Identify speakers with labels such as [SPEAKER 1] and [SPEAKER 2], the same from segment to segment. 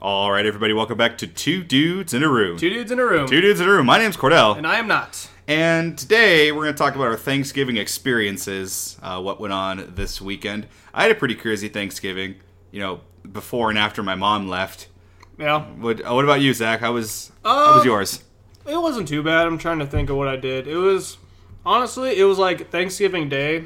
[SPEAKER 1] All right, everybody, welcome back to Two Dudes in a Room.
[SPEAKER 2] Two dudes in a room.
[SPEAKER 1] Two Dudes in a Room. My name's Cordell.
[SPEAKER 2] And I am not.
[SPEAKER 1] And today we're going to talk about our Thanksgiving experiences, uh, what went on this weekend. I had a pretty crazy Thanksgiving, you know, before and after my mom left.
[SPEAKER 2] Yeah.
[SPEAKER 1] What, uh, what about you, Zach? How was how was
[SPEAKER 2] Uh,
[SPEAKER 1] yours?
[SPEAKER 2] It wasn't too bad. I'm trying to think of what I did. It was honestly, it was like Thanksgiving Day.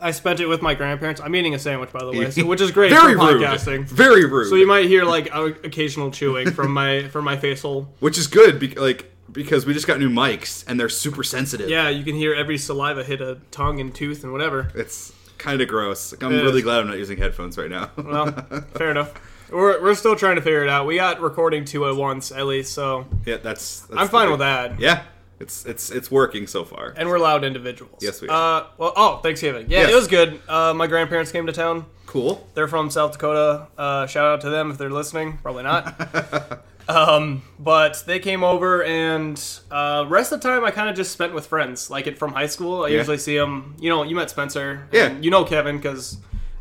[SPEAKER 2] I spent it with my grandparents. I'm eating a sandwich, by the way, so, which is great
[SPEAKER 1] Very
[SPEAKER 2] for
[SPEAKER 1] rude.
[SPEAKER 2] podcasting.
[SPEAKER 1] Very rude.
[SPEAKER 2] So you might hear like o- occasional chewing from my from my facial.
[SPEAKER 1] Which is good, be- like because we just got new mics and they're super sensitive.
[SPEAKER 2] Yeah, you can hear every saliva hit a tongue and tooth and whatever.
[SPEAKER 1] It's kind of gross. Like, I'm
[SPEAKER 2] It
[SPEAKER 1] really
[SPEAKER 2] is.
[SPEAKER 1] glad I'm not using headphones right now.
[SPEAKER 2] Well, fair enough. We're, we're still trying to figure it out. We got recording two at once at least, so
[SPEAKER 1] yeah, that's, that's
[SPEAKER 2] I'm
[SPEAKER 1] the
[SPEAKER 2] fine
[SPEAKER 1] big-
[SPEAKER 2] with that.
[SPEAKER 1] Yeah, it's it's it's working so far.
[SPEAKER 2] And we're loud individuals.
[SPEAKER 1] Yes, we
[SPEAKER 2] Uh, well, oh, Thanksgiving. Yeah,
[SPEAKER 1] Yes.
[SPEAKER 2] it was good. Uh, my grandparents came to town.
[SPEAKER 1] Cool.
[SPEAKER 2] They're from South Dakota. Uh, shout out to them if they're listening. Probably not. um, but they came over, and uh, rest of the time I kind of just spent with friends, like it from high school. I
[SPEAKER 1] Yeah.
[SPEAKER 2] usually see them. You know, you met Spencer.
[SPEAKER 1] Yeah.
[SPEAKER 2] and You know Kevin because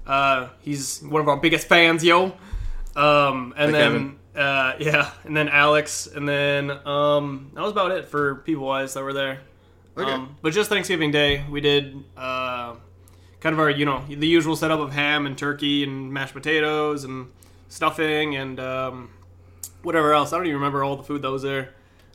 [SPEAKER 2] uh, he's one of our biggest fans, yo. Um, and
[SPEAKER 1] Hi,
[SPEAKER 2] then uh, yeah, and then Alex, and then um, that was about it for people wise that were there.
[SPEAKER 1] Okay.
[SPEAKER 2] Um, but just Thanksgiving Day, we did uh, kind of our, you know, the usual setup of ham and turkey and mashed potatoes and stuffing and um, whatever else. I don't even remember all the food that was there.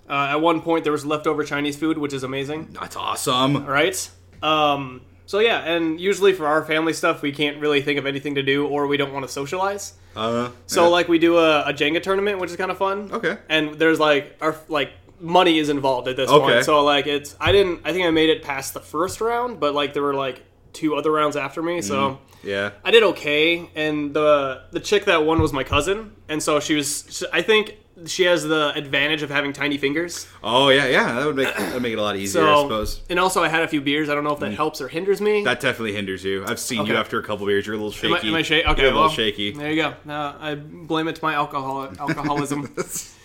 [SPEAKER 2] Uh, at one point, there was leftover Chinese food, which is amazing.
[SPEAKER 1] That's awesome.
[SPEAKER 2] All right. Um, so yeah, and usually for our family stuff, we can't really think of anything to do, or we don't want to socialize.
[SPEAKER 1] Uh,
[SPEAKER 2] So
[SPEAKER 1] yeah.
[SPEAKER 2] like we do a, a Jenga tournament, which is kind of fun.
[SPEAKER 1] Okay.
[SPEAKER 2] And there's like our like money is involved at this
[SPEAKER 1] Okay.
[SPEAKER 2] point. So like it's I didn't I think I made it past the first round, but like there were like two other rounds after me,
[SPEAKER 1] Mm.
[SPEAKER 2] so
[SPEAKER 1] yeah,
[SPEAKER 2] I did okay. And the the chick that won was my cousin, and so she was she, I think she has the advantage of having tiny fingers.
[SPEAKER 1] oh yeah, yeah. That would make that would make it a lot easier,
[SPEAKER 2] So
[SPEAKER 1] I suppose. Mm.
[SPEAKER 2] and also I had a few beers. I don't know if that helps or hinders me.
[SPEAKER 1] That definitely hinders you. I've seen you
[SPEAKER 2] Okay.
[SPEAKER 1] after a couple beers. You're a little shaky.
[SPEAKER 2] Am I, am I shaky? Okay,
[SPEAKER 1] You're a little
[SPEAKER 2] well,
[SPEAKER 1] shaky.
[SPEAKER 2] There you go. Now I blame it to my alcohol alcoholism.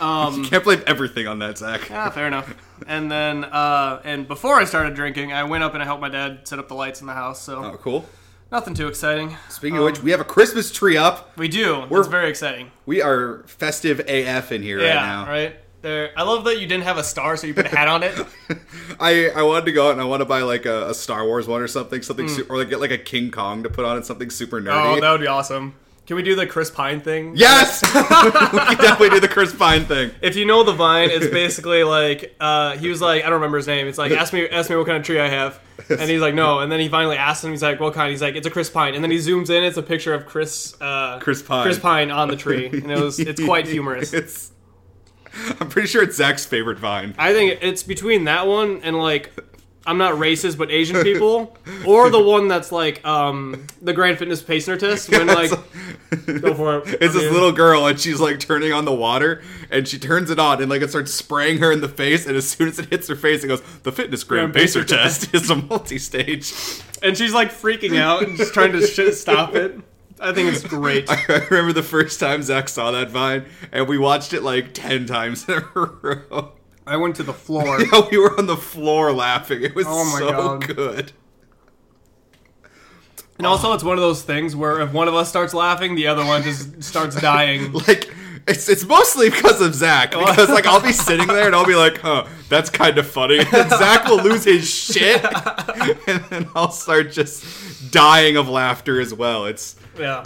[SPEAKER 2] Um,
[SPEAKER 1] you can't blame everything on that, Zach.
[SPEAKER 2] Ah, fair enough. And then, uh, and before I started drinking, I went up and I helped my dad set up the lights in the house. So
[SPEAKER 1] Oh, cool.
[SPEAKER 2] nothing too exciting.
[SPEAKER 1] Speaking of which, we have a Christmas tree up.
[SPEAKER 2] We do.
[SPEAKER 1] We're-
[SPEAKER 2] it's very exciting.
[SPEAKER 1] We are festive AF in here right now.
[SPEAKER 2] yeah. Right. There. I love that you didn't have a star, so you put a hat on it.
[SPEAKER 1] I, I wanted to go out and I want to buy like a, a Star Wars one or something, something su- or like get like a King Kong to put on it, something super nerdy.
[SPEAKER 2] Hmm. oh, that would be awesome. Can we do the Chris Pine thing?
[SPEAKER 1] Yes, we can definitely do the Chris Pine thing.
[SPEAKER 2] If you know the vine, it's basically like uh, he was like, I don't remember his name. It's like ask me, ask me what kind of tree I have, and he's like, no. And then he finally asks him, he's like, what kind? He's like, it's a Chris Pine. And then he zooms in, it's a picture of Chris, uh,
[SPEAKER 1] Chris Pine.
[SPEAKER 2] Chris Pine on the tree, and it was it's quite humorous.
[SPEAKER 1] It's, I'm pretty sure it's Zach's favorite vine.
[SPEAKER 2] I think it's between that one and like I'm not racist, but Asian people, or the one that's like um the Grand Fitness Pacer test when like go for it.
[SPEAKER 1] It's
[SPEAKER 2] I
[SPEAKER 1] this
[SPEAKER 2] mean,
[SPEAKER 1] little girl and she's like turning on the water and she turns it on and like it starts spraying her in the face and as soon as it hits her face it goes the fitness gram
[SPEAKER 2] Gram Pacer
[SPEAKER 1] pacer test is a multi-stage.
[SPEAKER 2] and she's like freaking out and just trying to sh- stop it. I think it's great.
[SPEAKER 1] I remember the first time Zach saw that vine and we watched it like 10 times in a row.
[SPEAKER 2] I went to the floor.
[SPEAKER 1] Yeah, we were on the floor laughing. It was
[SPEAKER 2] Oh my
[SPEAKER 1] so
[SPEAKER 2] God.
[SPEAKER 1] good.
[SPEAKER 2] And also, it's one of those things where if one of us starts laughing, the other one just starts dying.
[SPEAKER 1] Like it's it's mostly because of Zach because like I'll be sitting there and I'll be like, huh, that's kind of funny. And then Zach will lose his shit, and then I'll start just dying of laughter as well. It's
[SPEAKER 2] Yeah.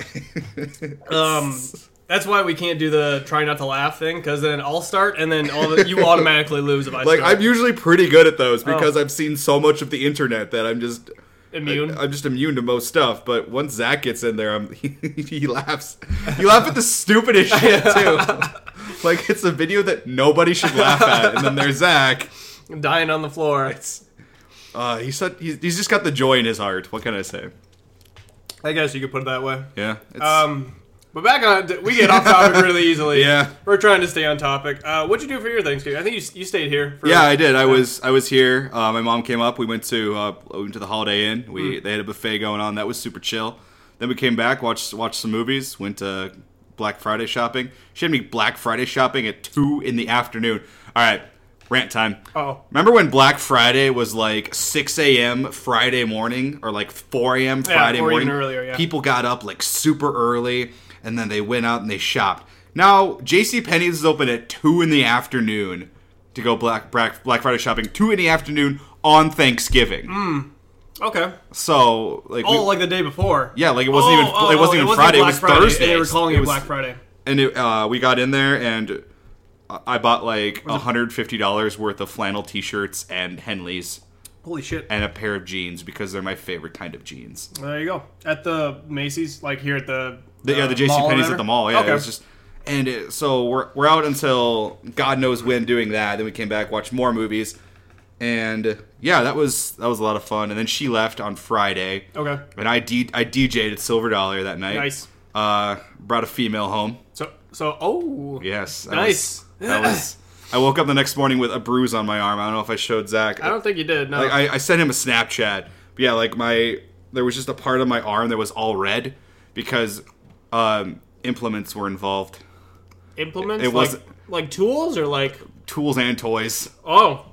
[SPEAKER 2] Um, that's why we can't do the try not to laugh thing because then I'll start and then all the, you automatically lose if I
[SPEAKER 1] like
[SPEAKER 2] start.
[SPEAKER 1] I'm usually pretty good at those because I've seen so much of the internet that I'm just
[SPEAKER 2] immune.
[SPEAKER 1] I'm just immune to most stuff. But once Zach gets in there, I'm he, laughs. You laugh at the stupidest shit too. Like it's a video that nobody should laugh at, and then there's Zach.
[SPEAKER 2] dying on the floor.
[SPEAKER 1] Uh, he's, such, he's he's just got the joy in his heart. What can I say?
[SPEAKER 2] I guess you could put it that way.
[SPEAKER 1] Yeah. It's,
[SPEAKER 2] Um, but back on, we get off topic really easily.
[SPEAKER 1] Yeah.
[SPEAKER 2] we're trying to stay on topic. Uh, what'd you do for your Thanksgiving? I think you, you stayed here. For,
[SPEAKER 1] yeah, I did. I was I was here. Uh, my mom came up. We went to uh, we went to the Holiday Inn.
[SPEAKER 2] Hmm.
[SPEAKER 1] We they had a buffet going on. That was super chill. Then we came back, watched watched some movies, went to Black Friday shopping. She had me Black Friday shopping at two in the afternoon. All right, rant time.
[SPEAKER 2] Oh.
[SPEAKER 1] remember when Black Friday was like six a.m. Friday morning or like four a.m. Friday
[SPEAKER 2] or
[SPEAKER 1] morning?
[SPEAKER 2] even earlier, yeah.
[SPEAKER 1] People got up like super early. and then they went out and they shopped. Now J.C. Penney's is open at two in the afternoon to go Black Black, Black Friday shopping. Two in the afternoon on Thanksgiving.
[SPEAKER 2] Okay.
[SPEAKER 1] So like, we-
[SPEAKER 2] Mm. Oh, like the day before.
[SPEAKER 1] yeah, like it wasn't even
[SPEAKER 2] Oh, oh,
[SPEAKER 1] it wasn't
[SPEAKER 2] oh,
[SPEAKER 1] even Friday.
[SPEAKER 2] Black
[SPEAKER 1] it was
[SPEAKER 2] Friday.
[SPEAKER 1] Thursday.
[SPEAKER 2] They were calling
[SPEAKER 1] It
[SPEAKER 2] it
[SPEAKER 1] was-
[SPEAKER 2] Black Friday.
[SPEAKER 1] and it, uh, we got in there and I- I bought like hundred fifty dollars worth of flannel T-shirts and Henleys
[SPEAKER 2] Holy shit.
[SPEAKER 1] and a pair of jeans because they're my favorite kind of jeans.
[SPEAKER 2] There you go. At the Macy's, like here at the.
[SPEAKER 1] The, yeah, the J.C.
[SPEAKER 2] Uh, mall or
[SPEAKER 1] Penney's
[SPEAKER 2] whatever?
[SPEAKER 1] at the mall. Yeah,
[SPEAKER 2] okay.
[SPEAKER 1] it was just and it, so we're we're out until God knows when doing that. Then we came back, watched more movies, and yeah, that was that was a lot of fun. And then she left on Friday.
[SPEAKER 2] Okay.
[SPEAKER 1] And I D I DJ'd at Silver Dollar that night.
[SPEAKER 2] Nice.
[SPEAKER 1] Uh, brought a female home.
[SPEAKER 2] So, so oh.
[SPEAKER 1] Yes. that
[SPEAKER 2] Nice.
[SPEAKER 1] was- that was. I woke up the next morning with a bruise on my arm. I don't know if I showed Zach.
[SPEAKER 2] I don't think you did. No.
[SPEAKER 1] Like, I, I sent him a Snapchat. But yeah, like my there was just a part of my arm that was all red because um, implements were involved,
[SPEAKER 2] Implements.
[SPEAKER 1] it
[SPEAKER 2] like,
[SPEAKER 1] was-
[SPEAKER 2] like tools or like.
[SPEAKER 1] tools and toys.
[SPEAKER 2] Oh.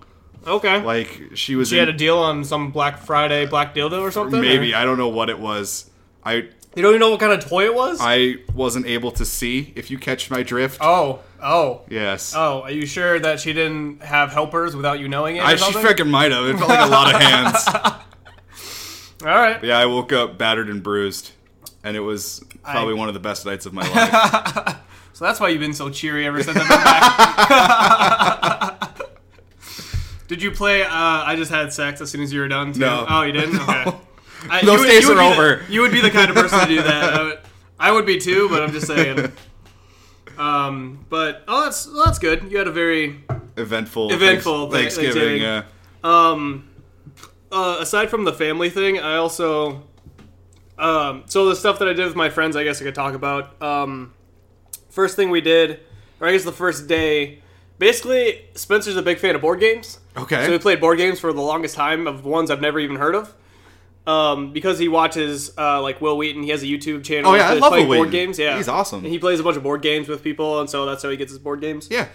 [SPEAKER 2] Okay.
[SPEAKER 1] Like she was
[SPEAKER 2] she had a
[SPEAKER 1] in,
[SPEAKER 2] deal on some Black Friday black dildo or something.
[SPEAKER 1] maybe
[SPEAKER 2] or-
[SPEAKER 1] I don't know what it was. I
[SPEAKER 2] you don't even know what kind of toy it was.
[SPEAKER 1] I wasn't able to see if you catch my drift.
[SPEAKER 2] oh. Oh.
[SPEAKER 1] yes.
[SPEAKER 2] Oh, are you sure that she didn't have helpers without you knowing it? Or
[SPEAKER 1] I, she
[SPEAKER 2] something?
[SPEAKER 1] freaking might have. It felt like a lot of hands.
[SPEAKER 2] All right.
[SPEAKER 1] Yeah, I woke up battered and bruised, and it was probably
[SPEAKER 2] I-
[SPEAKER 1] one of the best nights of my life.
[SPEAKER 2] So that's why you've been so cheery ever since I've been back. Did you play uh, I Just Had Sex as soon as you were done? too?
[SPEAKER 1] No.
[SPEAKER 2] Oh, you didn't? Okay. I,
[SPEAKER 1] Those
[SPEAKER 2] would-
[SPEAKER 1] days
[SPEAKER 2] would
[SPEAKER 1] are
[SPEAKER 2] be the-
[SPEAKER 1] over.
[SPEAKER 2] you would be the kind of person to do that. I would, I would be too, but I'm just saying. Um, but, oh, that's, well, that's good. You had a very
[SPEAKER 1] Eventful,
[SPEAKER 2] Eventful,
[SPEAKER 1] thanks-
[SPEAKER 2] thank-
[SPEAKER 1] Thanksgiving.
[SPEAKER 2] Thanksgiving.
[SPEAKER 1] Yeah,
[SPEAKER 2] Um, uh, aside from the family thing, I also, um, so the stuff that I did with my friends, I guess I could talk about. Um, first thing we did, or I guess the first day, basically, Spencer's a big fan of board games.
[SPEAKER 1] Okay.
[SPEAKER 2] So we played board games for the longest time of ones I've never even heard of. Um, because he watches uh, like Will Wheaton, he has a YouTube channel.
[SPEAKER 1] Oh, yeah, I
[SPEAKER 2] that's
[SPEAKER 1] love
[SPEAKER 2] playing
[SPEAKER 1] Will
[SPEAKER 2] board
[SPEAKER 1] Wheaton.
[SPEAKER 2] games. Yeah,
[SPEAKER 1] He's awesome.
[SPEAKER 2] And he plays a bunch of board games with people, and so that's how he gets his board games.
[SPEAKER 1] yeah.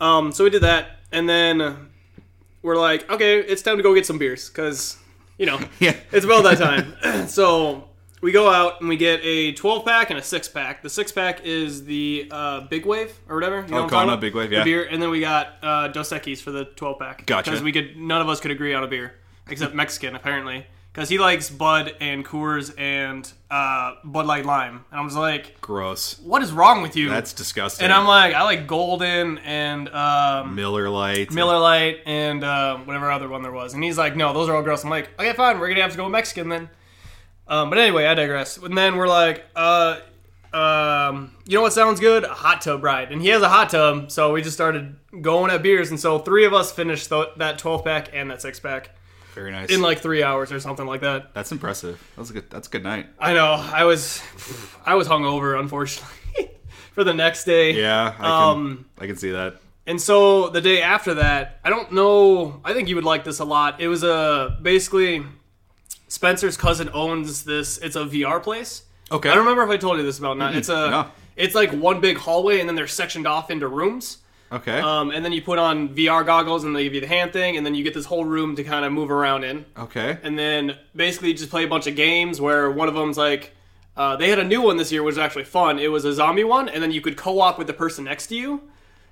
[SPEAKER 2] Um, so we did that, and then we're like, okay, it's time to go get some beers because you know
[SPEAKER 1] Yeah.
[SPEAKER 2] it's about that time. so we go out and we get a 12 pack and a six pack. The six pack is the uh, Big Wave or whatever. You know what I'm
[SPEAKER 1] Kona
[SPEAKER 2] talking about?
[SPEAKER 1] Big Wave,
[SPEAKER 2] The
[SPEAKER 1] yeah.
[SPEAKER 2] beer, and then we got uh, Dos Equis for the 12 pack.
[SPEAKER 1] Gotcha.
[SPEAKER 2] Because we could, none of us could agree on a beer except Mexican apparently. Because he likes Bud and Coors and uh, Bud Light Lime, and I was like,
[SPEAKER 1] Gross.
[SPEAKER 2] "What is wrong with you?"
[SPEAKER 1] That's disgusting.
[SPEAKER 2] and I'm like, "I like Golden and um,
[SPEAKER 1] Miller Lite.
[SPEAKER 2] Miller Lite and uh, whatever other one there was. And he's like, no, those are all gross. I'm like, okay, fine, we're gonna have to go Mexican then. Um, but anyway, I digress. And then we're like, uh, um, you know what sounds good? A hot tub ride. And he has a hot tub, so we just started going at beers. And so three of us finished th- that 12 pack and that six pack
[SPEAKER 1] Very nice.
[SPEAKER 2] in like three hours or something like that.
[SPEAKER 1] that's impressive. That's a good. That's a good night.
[SPEAKER 2] I know. I was, I was hungover, unfortunately, for the next day.
[SPEAKER 1] Yeah. I can,
[SPEAKER 2] Um,
[SPEAKER 1] I can see that.
[SPEAKER 2] And so the day after that, I don't know. I think you would like this a lot. It was a basically Spencer's cousin owns this. It's a VR place.
[SPEAKER 1] Okay.
[SPEAKER 2] I don't remember if I told you this about. or Not. It's a.
[SPEAKER 1] no.
[SPEAKER 2] It's like one big hallway, and then they're sectioned off into rooms.
[SPEAKER 1] Okay.
[SPEAKER 2] Um, and then you put on VR goggles, and they give you the hand thing, and then you get this whole room to kind of move around in
[SPEAKER 1] okay.
[SPEAKER 2] and then basically just play a bunch of games where one of them's like uh, they had a new one this year which was actually fun it was a zombie one and then you could co-op with the person next to you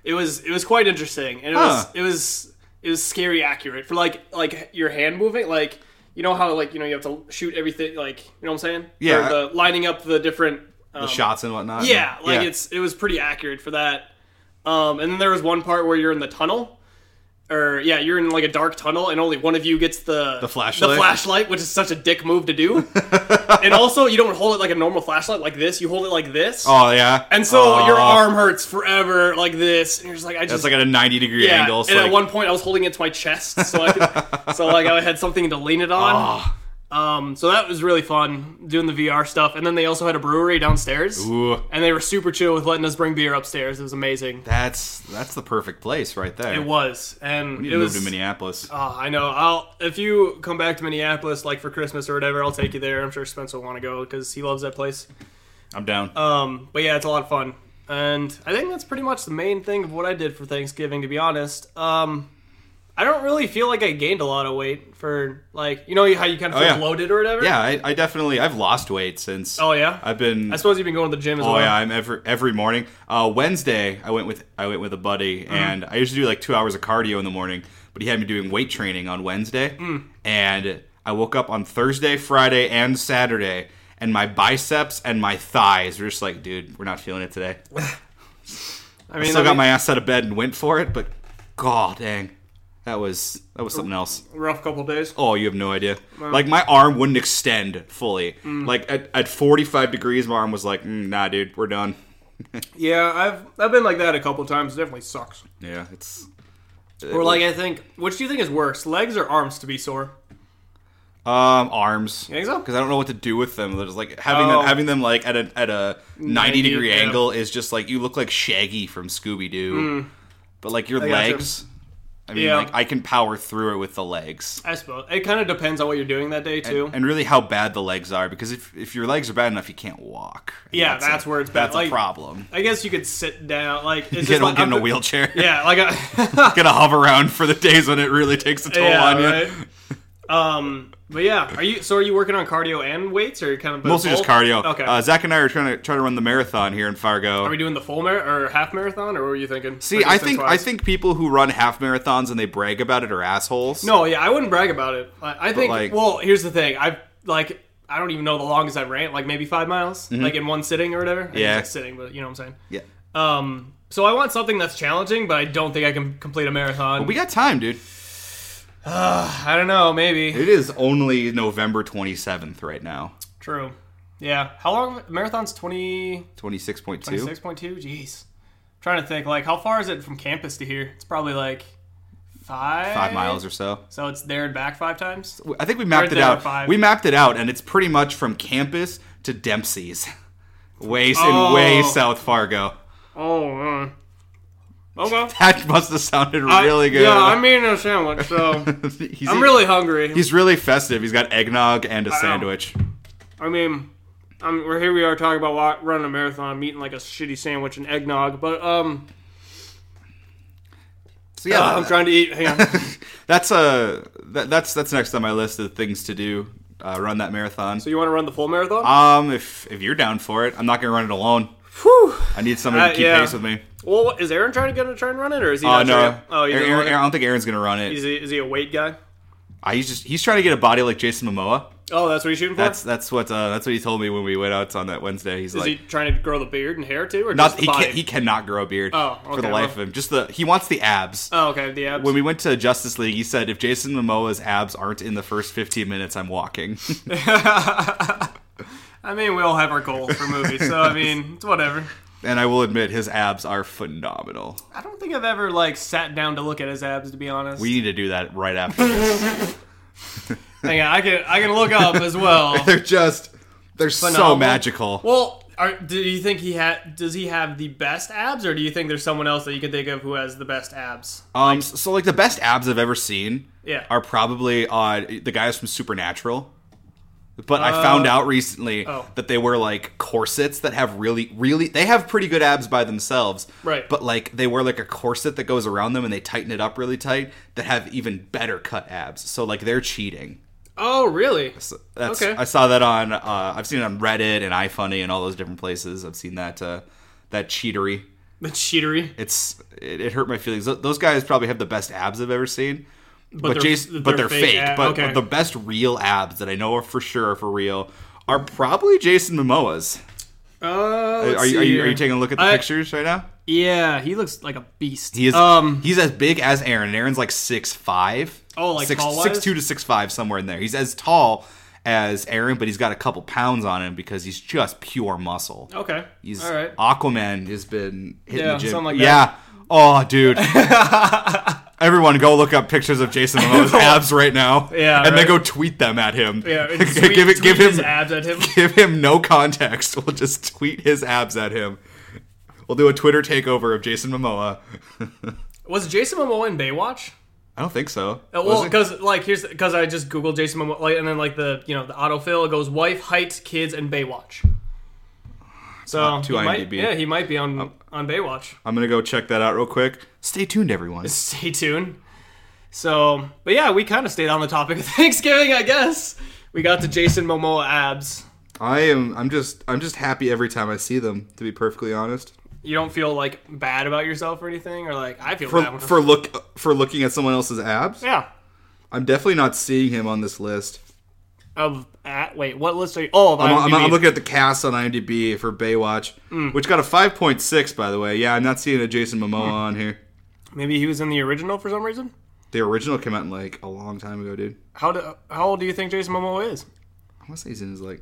[SPEAKER 2] it was it was quite interesting and it
[SPEAKER 1] Huh.
[SPEAKER 2] was it was it was scary accurate for like like your hand moving like you know how like you know you have to shoot everything like you know what i'm saying
[SPEAKER 1] Yeah.
[SPEAKER 2] Or the lining up the different um,
[SPEAKER 1] the shots and whatnot.
[SPEAKER 2] yeah, like it's it was pretty accurate for that. Um, and then there was one part where you're in the tunnel, or yeah, you're in like a dark tunnel, and only one of you gets the the
[SPEAKER 1] flashlight.
[SPEAKER 2] the flashlight, which is such a dick move to do. and also, you don't hold it like a normal flashlight, like this. You hold it like this,
[SPEAKER 1] Oh yeah.
[SPEAKER 2] and so
[SPEAKER 1] Oh,
[SPEAKER 2] your arm hurts forever, like this. And you're just like, I just
[SPEAKER 1] That's like at a ninety degree
[SPEAKER 2] yeah.
[SPEAKER 1] angle. So
[SPEAKER 2] and
[SPEAKER 1] like,
[SPEAKER 2] at one point, I was holding it to my chest, so I could, so like I had something to lean it on.
[SPEAKER 1] oh,
[SPEAKER 2] Um, so that was really fun doing the VR stuff. And then they also had a brewery downstairs
[SPEAKER 1] ooh,
[SPEAKER 2] and they were super chill with letting us bring beer upstairs. It was amazing.
[SPEAKER 1] that's that's the perfect place right there.
[SPEAKER 2] It was, and
[SPEAKER 1] You
[SPEAKER 2] it was.
[SPEAKER 1] moved to Minneapolis.
[SPEAKER 2] Oh, I know. I'll if you come back to Minneapolis like for Christmas or whatever, I'll take you there. I'm sure Spencer will want to go because he loves that place.
[SPEAKER 1] I'm down.
[SPEAKER 2] Um, but yeah, it's a lot of fun, and I think that's pretty much the main thing of what I did for Thanksgiving. To be honest, um, I don't really feel like I gained a lot of weight for like you know how you kind of
[SPEAKER 1] Oh,
[SPEAKER 2] feel
[SPEAKER 1] yeah.
[SPEAKER 2] bloated or whatever.
[SPEAKER 1] Yeah, I, I definitely I've lost weight since.
[SPEAKER 2] Oh yeah. I,
[SPEAKER 1] I've been.
[SPEAKER 2] suppose you've been going to the gym as
[SPEAKER 1] oh
[SPEAKER 2] well.
[SPEAKER 1] yeah, I'm every every morning. Uh, Wednesday, I went with I went with a buddy,
[SPEAKER 2] Mm-hmm.
[SPEAKER 1] and I usually do like two hours of cardio in the morning. But he had me doing weight training on Wednesday,
[SPEAKER 2] Mm.
[SPEAKER 1] and I woke up on Thursday, Friday, and Saturday, and my biceps and my thighs were just like, dude, we're not feeling it today.
[SPEAKER 2] I
[SPEAKER 1] I
[SPEAKER 2] mean,
[SPEAKER 1] still
[SPEAKER 2] I
[SPEAKER 1] got
[SPEAKER 2] mean,
[SPEAKER 1] my ass out of bed and went for it, but god dang, that was that was something else.
[SPEAKER 2] rough couple days.
[SPEAKER 1] Oh, you have no idea. Like my arm wouldn't extend fully.
[SPEAKER 2] Mm.
[SPEAKER 1] Like at, at 45 degrees, my arm was like, mm, nah, dude, we're done.
[SPEAKER 2] Yeah, I've I've been like that a couple times. It definitely sucks.
[SPEAKER 1] Yeah, it's.
[SPEAKER 2] Or like I think, which do you think is worse, legs or arms to be sore?
[SPEAKER 1] Um, arms.
[SPEAKER 2] think so?
[SPEAKER 1] Because I don't know what to do with them. There's like having
[SPEAKER 2] Oh.
[SPEAKER 1] them having them like at a at a 90 degree
[SPEAKER 2] yeah.
[SPEAKER 1] angle is just like you look like Shaggy from Scooby Doo. But like your
[SPEAKER 2] Mm. gotcha.
[SPEAKER 1] legs, I mean,
[SPEAKER 2] Yeah.
[SPEAKER 1] like I can power through it with the legs.
[SPEAKER 2] I suppose it kind of depends on what you're doing that day too.
[SPEAKER 1] And really, how bad the legs are, because if, if your legs are bad enough, you can't walk. And
[SPEAKER 2] Yeah,
[SPEAKER 1] a-
[SPEAKER 2] that's where it's bad.
[SPEAKER 1] that's a
[SPEAKER 2] Like,
[SPEAKER 1] problem.
[SPEAKER 2] I guess you could sit down, like it's
[SPEAKER 1] You
[SPEAKER 2] just
[SPEAKER 1] don't
[SPEAKER 2] like,
[SPEAKER 1] get
[SPEAKER 2] I'm
[SPEAKER 1] in a
[SPEAKER 2] go-
[SPEAKER 1] wheelchair.
[SPEAKER 2] Yeah, like I,
[SPEAKER 1] gonna hover around for the days when it really takes a toll
[SPEAKER 2] yeah,
[SPEAKER 1] on you.
[SPEAKER 2] right. Um, but yeah, are you so are you working on cardio and weights, or kind of both?
[SPEAKER 1] Mostly just cardio.
[SPEAKER 2] Okay,
[SPEAKER 1] Uh, Zach and I are trying to try to run the marathon here in Fargo.
[SPEAKER 2] are we doing the full mar- or half marathon, or what were you thinking?
[SPEAKER 1] See, I think I think people who run half marathons and they brag about it are assholes.
[SPEAKER 2] no, yeah, I wouldn't brag about it. I, I think.
[SPEAKER 1] like-
[SPEAKER 2] well, here's the thing. I like I don't even know the longest I ran, like maybe five miles, like in one sitting or whatever. I guess
[SPEAKER 1] Mm-hmm. Yeah.
[SPEAKER 2] it's sitting, but you know what I'm saying.
[SPEAKER 1] Yeah.
[SPEAKER 2] Um, so I want something that's challenging, but I don't think I can complete a marathon.
[SPEAKER 1] We got time, dude.
[SPEAKER 2] I don't know, maybe.
[SPEAKER 1] It is only November 27th right now.
[SPEAKER 2] True. Yeah. How long? Marathon's 20,
[SPEAKER 1] 26.2.
[SPEAKER 2] 26.2? Jeez. trying to think, like, how far is it from campus to here? It's probably like five?
[SPEAKER 1] 5 miles or so.
[SPEAKER 2] So it's there and back five times?
[SPEAKER 1] I think we mapped
[SPEAKER 2] Right
[SPEAKER 1] it
[SPEAKER 2] there,
[SPEAKER 1] out.
[SPEAKER 2] five.
[SPEAKER 1] We mapped it out and it's pretty much from campus to Dempsey's. Way in
[SPEAKER 2] Oh.
[SPEAKER 1] way South Fargo.
[SPEAKER 2] Oh, man. Okay.
[SPEAKER 1] That must have sounded
[SPEAKER 2] I-
[SPEAKER 1] really good.
[SPEAKER 2] Yeah, I'm eating a sandwich, so
[SPEAKER 1] He's
[SPEAKER 2] I'm
[SPEAKER 1] eat-
[SPEAKER 2] really hungry.
[SPEAKER 1] He's really festive. He's got eggnog and a sandwich.
[SPEAKER 2] I mean, I'm, we're here. We are talking about wa- running a marathon. I'm eating like a shitty sandwich and eggnog, but um,
[SPEAKER 1] So yeah,
[SPEAKER 2] I'm trying to eat. Hang on.
[SPEAKER 1] that's uh, that, that's that's next on my list of things to do. Uh, run that marathon.
[SPEAKER 2] So you want to run the full marathon?
[SPEAKER 1] Um, if if you're down for it, I'm not gonna run it alone.
[SPEAKER 2] Whew.
[SPEAKER 1] I need somebody
[SPEAKER 2] Uh,
[SPEAKER 1] to keep
[SPEAKER 2] yeah.
[SPEAKER 1] pace with me.
[SPEAKER 2] Well, what- is Aaron trying to get a try and run it, or is he?
[SPEAKER 1] Oh
[SPEAKER 2] not trying
[SPEAKER 1] no,
[SPEAKER 2] to- Oh, he's,
[SPEAKER 1] Aaron,
[SPEAKER 2] a,
[SPEAKER 1] Aaron- I don't think Aaron's gonna run it.
[SPEAKER 2] he's a, is he a weight guy?
[SPEAKER 1] I, he's just he's trying to get a body like Jason Momoa.
[SPEAKER 2] Oh, that's what he's shooting for.
[SPEAKER 1] That's that's what uh, that's what he told me when we went out on that Wednesday. He's
[SPEAKER 2] is
[SPEAKER 1] like.
[SPEAKER 2] he trying to grow the beard and hair too, or
[SPEAKER 1] not,
[SPEAKER 2] just the
[SPEAKER 1] he,
[SPEAKER 2] body?
[SPEAKER 1] can, he cannot grow a beard
[SPEAKER 2] Oh,
[SPEAKER 1] for the
[SPEAKER 2] okay,
[SPEAKER 1] life
[SPEAKER 2] well-
[SPEAKER 1] of him. Just the he wants the abs.
[SPEAKER 2] Oh, okay. The abs.
[SPEAKER 1] when we went to Justice League, he said, "If Jason Momoa's abs aren't in the first 15 minutes, I'm walking."
[SPEAKER 2] I mean, we all have our goals for movies, so I mean, it's whatever.
[SPEAKER 1] and I will admit, his abs are phenomenal.
[SPEAKER 2] I don't think I've ever like sat down to look at his abs, to be honest.
[SPEAKER 1] We need to do that right after. this.
[SPEAKER 2] Hang on, I can I can look up as well.
[SPEAKER 1] they're just they're so
[SPEAKER 2] Phenomenal.
[SPEAKER 1] magical.
[SPEAKER 2] Well, are, do you think he had? Does he have the best abs, or do you think there's someone else that you can think of who has the best abs?
[SPEAKER 1] um, so, so, like the best abs I've ever seen
[SPEAKER 2] Yeah.
[SPEAKER 1] are probably uh the guys from Supernatural. But I found out recently
[SPEAKER 2] oh.
[SPEAKER 1] that they wear like corsets that have really, really. They have pretty good abs by themselves,
[SPEAKER 2] Right.
[SPEAKER 1] But like they wear like a corset that goes around them and they tighten it up really tight that have even better cut abs. So like they're cheating.
[SPEAKER 2] oh, really?
[SPEAKER 1] So that's
[SPEAKER 2] Okay.
[SPEAKER 1] I saw that on uh, I've seen it on Reddit and iFunny and all those different places. I've seen that uh, that cheatery.
[SPEAKER 2] The cheatery.
[SPEAKER 1] It's it, it hurt my feelings. Th- Those guys probably have the best abs I've ever seen. But,
[SPEAKER 2] they're-
[SPEAKER 1] Jason, but they're fake.
[SPEAKER 2] ab-
[SPEAKER 1] but,
[SPEAKER 2] okay.
[SPEAKER 1] but the best real abs that I know are for sure are for real are probably Jason Momoa's.
[SPEAKER 2] Uh,
[SPEAKER 1] Are
[SPEAKER 2] let's
[SPEAKER 1] you,
[SPEAKER 2] see
[SPEAKER 1] are you
[SPEAKER 2] here.
[SPEAKER 1] are you taking a look at the
[SPEAKER 2] I-
[SPEAKER 1] pictures right now?
[SPEAKER 2] Yeah, he looks like a beast.
[SPEAKER 1] He is.
[SPEAKER 2] Um,
[SPEAKER 1] he's as big as Aaron. and Aaron's like six five.
[SPEAKER 2] Oh, like
[SPEAKER 1] six,
[SPEAKER 2] tall-wise?
[SPEAKER 1] six two to six five somewhere in there. He's as tall as Aaron, but he's got a couple pounds on him because he's just pure muscle.
[SPEAKER 2] okay.
[SPEAKER 1] He's
[SPEAKER 2] Oh, All right.
[SPEAKER 1] Aquaman has been hitting
[SPEAKER 2] Yeah,
[SPEAKER 1] the gym.
[SPEAKER 2] something like
[SPEAKER 1] yeah. Oh, dude. Everyone, go look up pictures of Jason Momoa's abs right now.
[SPEAKER 2] Yeah,
[SPEAKER 1] and
[SPEAKER 2] right.
[SPEAKER 1] then go tweet them at him.
[SPEAKER 2] Yeah, and
[SPEAKER 1] give
[SPEAKER 2] tweet-
[SPEAKER 1] it,
[SPEAKER 2] tweet
[SPEAKER 1] give him,
[SPEAKER 2] his abs at him.
[SPEAKER 1] give him no context. We'll just tweet his abs at him. We'll do a Twitter takeover of Jason Momoa.
[SPEAKER 2] Was Jason Momoa in Baywatch?
[SPEAKER 1] I don't think so.
[SPEAKER 2] Uh,
[SPEAKER 1] Was
[SPEAKER 2] well,
[SPEAKER 1] it?
[SPEAKER 2] because like here's because I just googled Jason Momoa, like, and then like the you know the autofill it goes wife, height, kids, and Baywatch. So
[SPEAKER 1] to
[SPEAKER 2] he might-
[SPEAKER 1] IMDb.
[SPEAKER 2] yeah, he might be
[SPEAKER 1] Oh.
[SPEAKER 2] on on Baywatch.
[SPEAKER 1] I'm gonna go check that out real quick. Stay tuned, everyone.
[SPEAKER 2] Stay tuned. So, but yeah, we kind of stayed on the topic of Thanksgiving, I guess. We got to Jason Momoa abs.
[SPEAKER 1] I am. I'm just. I'm just happy every time I see them. To be perfectly honest,
[SPEAKER 2] You don't feel like bad about yourself or anything, or like I feel bad.
[SPEAKER 1] for
[SPEAKER 2] When
[SPEAKER 1] for look for looking at someone else's abs,
[SPEAKER 2] yeah.
[SPEAKER 1] I'm definitely not seeing him on this list.
[SPEAKER 2] Of at wait, what list are you? Oh, of
[SPEAKER 1] I'm, I'm,
[SPEAKER 2] IMDb.
[SPEAKER 1] I'm looking at the cast on IMDb for Baywatch,
[SPEAKER 2] Mm.
[SPEAKER 1] which got a 5.6 by the way. Yeah, I'm not seeing a Jason Momoa on here.
[SPEAKER 2] Maybe he was in the original for some reason.
[SPEAKER 1] The original came out in, like a long time ago, dude.
[SPEAKER 2] How do, how old do you think Jason Momoa is?
[SPEAKER 1] I want to say he's in his like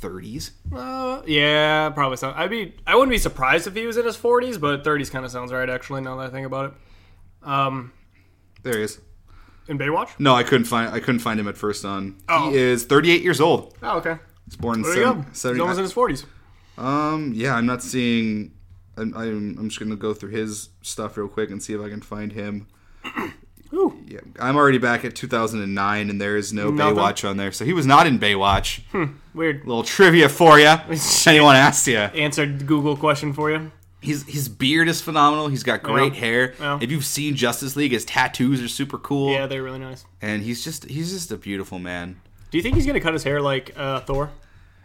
[SPEAKER 1] 30s.
[SPEAKER 2] Uh, yeah, probably so. I'd be I wouldn't be surprised if he was in his 40s, but 30s kind of sounds right actually. Now that I think about it, um,
[SPEAKER 1] There he is.
[SPEAKER 2] in Baywatch.
[SPEAKER 1] No, I couldn't find. I couldn't find him at first on.
[SPEAKER 2] Oh.
[SPEAKER 1] He is 38 years old.
[SPEAKER 2] Oh, okay.
[SPEAKER 1] He's born in
[SPEAKER 2] There you go.
[SPEAKER 1] seven-
[SPEAKER 2] He's almost in
[SPEAKER 1] 79.
[SPEAKER 2] his 40s.
[SPEAKER 1] Um, yeah, I'm not seeing. I'm, I'm, I'm just gonna go through his stuff real quick and see if I can find him.
[SPEAKER 2] Ooh.
[SPEAKER 1] Yeah, I'm already back at 2009, and there is no
[SPEAKER 2] Nothing. Hmm.
[SPEAKER 1] Baywatch on there, so he was not in Baywatch.
[SPEAKER 2] Weird.
[SPEAKER 1] Little trivia for you. Anyone asks you.
[SPEAKER 2] Answered Google question for you.
[SPEAKER 1] His his beard is phenomenal. He's got great
[SPEAKER 2] Yeah.
[SPEAKER 1] hair.
[SPEAKER 2] Yeah.
[SPEAKER 1] If you've seen Justice League, his tattoos are super cool.
[SPEAKER 2] Yeah, they're really nice.
[SPEAKER 1] And he's just he's just a beautiful man.
[SPEAKER 2] Do you think he's gonna cut his hair like uh, Thor,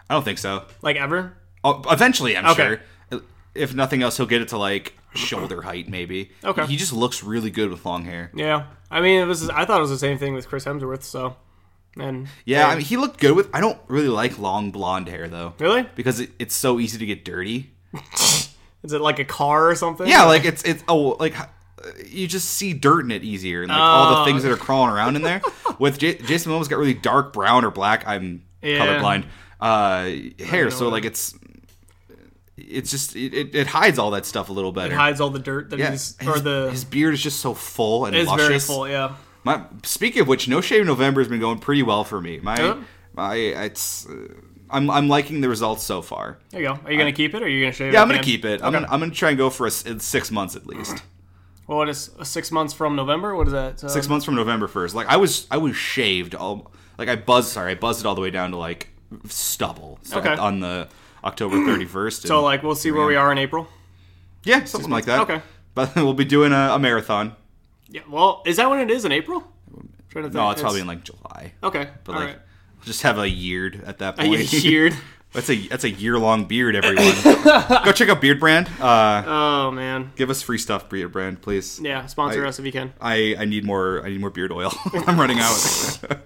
[SPEAKER 1] I don't think so.
[SPEAKER 2] like ever?
[SPEAKER 1] Oh, eventually, I'm
[SPEAKER 2] Okay.
[SPEAKER 1] sure. If nothing else, he'll get it to like shoulder height, maybe.
[SPEAKER 2] Okay.
[SPEAKER 1] He just looks really good with long hair.
[SPEAKER 2] Yeah. I mean, this is I thought it was the same thing with Chris Hemsworth. So, and
[SPEAKER 1] Yeah, I mean, he looked good with. I don't really like long blonde hair though,
[SPEAKER 2] really,
[SPEAKER 1] because it, it's so easy to get dirty.
[SPEAKER 2] is it like a car or something?
[SPEAKER 1] Yeah, like it's it's oh like h- you just see dirt in it easier, and like all
[SPEAKER 2] Oh.
[SPEAKER 1] the things that are crawling around in there. With J- Jason Momoa's got really dark brown or black. I'm
[SPEAKER 2] Yeah.
[SPEAKER 1] colorblind. Uh, hair, so
[SPEAKER 2] that.
[SPEAKER 1] like it's it's just it, it, it hides all that stuff a little better.
[SPEAKER 2] It hides all the dirt that
[SPEAKER 1] Yeah,
[SPEAKER 2] he's
[SPEAKER 1] his,
[SPEAKER 2] or the
[SPEAKER 1] his beard is just so full and
[SPEAKER 2] it's
[SPEAKER 1] luscious.
[SPEAKER 2] very full. Yeah.
[SPEAKER 1] My speaking of which, No Shave November has been going pretty well for me. My
[SPEAKER 2] Yeah.
[SPEAKER 1] my it's uh, I'm I'm liking the results so far.
[SPEAKER 2] There you go. Are you gonna keep it or are you gonna shave? it
[SPEAKER 1] Yeah, I'm
[SPEAKER 2] at the
[SPEAKER 1] gonna
[SPEAKER 2] end?
[SPEAKER 1] keep it. I'm gonna, I'm gonna try and go for a s- six months at least.
[SPEAKER 2] Well, what is uh, six months from November? What is that? Uh,
[SPEAKER 1] six months from November first. Like I was I was shaved all like I buzzed sorry I buzzed it all the way down to like stubble. So
[SPEAKER 2] Okay.
[SPEAKER 1] on the October thirty first.
[SPEAKER 2] So like we'll see where we are in April.
[SPEAKER 1] yeah something like that.
[SPEAKER 2] Okay.
[SPEAKER 1] But we'll be doing a, a marathon.
[SPEAKER 2] Yeah. Well, is that when it is in April? I'm trying to think.
[SPEAKER 1] No, it's, probably in like July.
[SPEAKER 2] okay.
[SPEAKER 1] But
[SPEAKER 2] all
[SPEAKER 1] like
[SPEAKER 2] right.
[SPEAKER 1] we'll just have a yeared at that
[SPEAKER 2] I
[SPEAKER 1] point.
[SPEAKER 2] get cheered.
[SPEAKER 1] That's a that's a year long beard, everyone. Go check out Beard Brand. Uh,
[SPEAKER 2] Oh man.
[SPEAKER 1] give us free stuff, Beard Brand, please.
[SPEAKER 2] Yeah. Sponsor
[SPEAKER 1] I-
[SPEAKER 2] us if you can.
[SPEAKER 1] I, I need more I need more beard oil. I'm running out.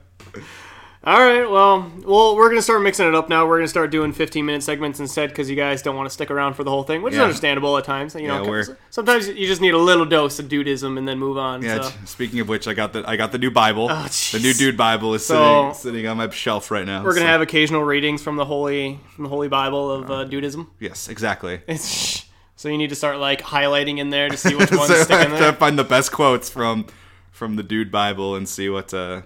[SPEAKER 2] All right, well, well, we're gonna start mixing it up now. We're gonna start doing 15 minute segments instead because you guys don't want to stick around for the whole thing, which is
[SPEAKER 1] Yeah.
[SPEAKER 2] understandable at times. You know,
[SPEAKER 1] Yeah, we're-
[SPEAKER 2] sometimes you just need a little dose of dudism and then move on.
[SPEAKER 1] Yeah,
[SPEAKER 2] so.
[SPEAKER 1] t- speaking of which, I got the I got the new Bible.
[SPEAKER 2] Oh, jeez.
[SPEAKER 1] the new dude Bible is
[SPEAKER 2] So-
[SPEAKER 1] sitting sitting on my shelf right now.
[SPEAKER 2] We're gonna have occasional readings from the holy from the holy Bible of uh, dudism.
[SPEAKER 1] yes, exactly.
[SPEAKER 2] It's, so you need to start like highlighting in there to see which
[SPEAKER 1] so
[SPEAKER 2] ones
[SPEAKER 1] I
[SPEAKER 2] stick in
[SPEAKER 1] have to
[SPEAKER 2] there.
[SPEAKER 1] find the best quotes from from the dude Bible and see what uh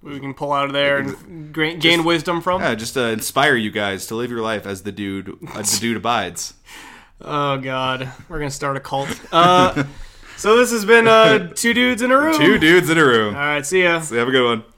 [SPEAKER 2] We can pull out of there and gra- gain wisdom from.
[SPEAKER 1] yeah, just uh, inspire you guys to live your life as the dude as the dude abides.
[SPEAKER 2] Oh God, we're gonna start a cult. Uh, so this has been uh, two dudes in a room.
[SPEAKER 1] Two dudes in a room.
[SPEAKER 2] All right, see ya.
[SPEAKER 1] Have a good one.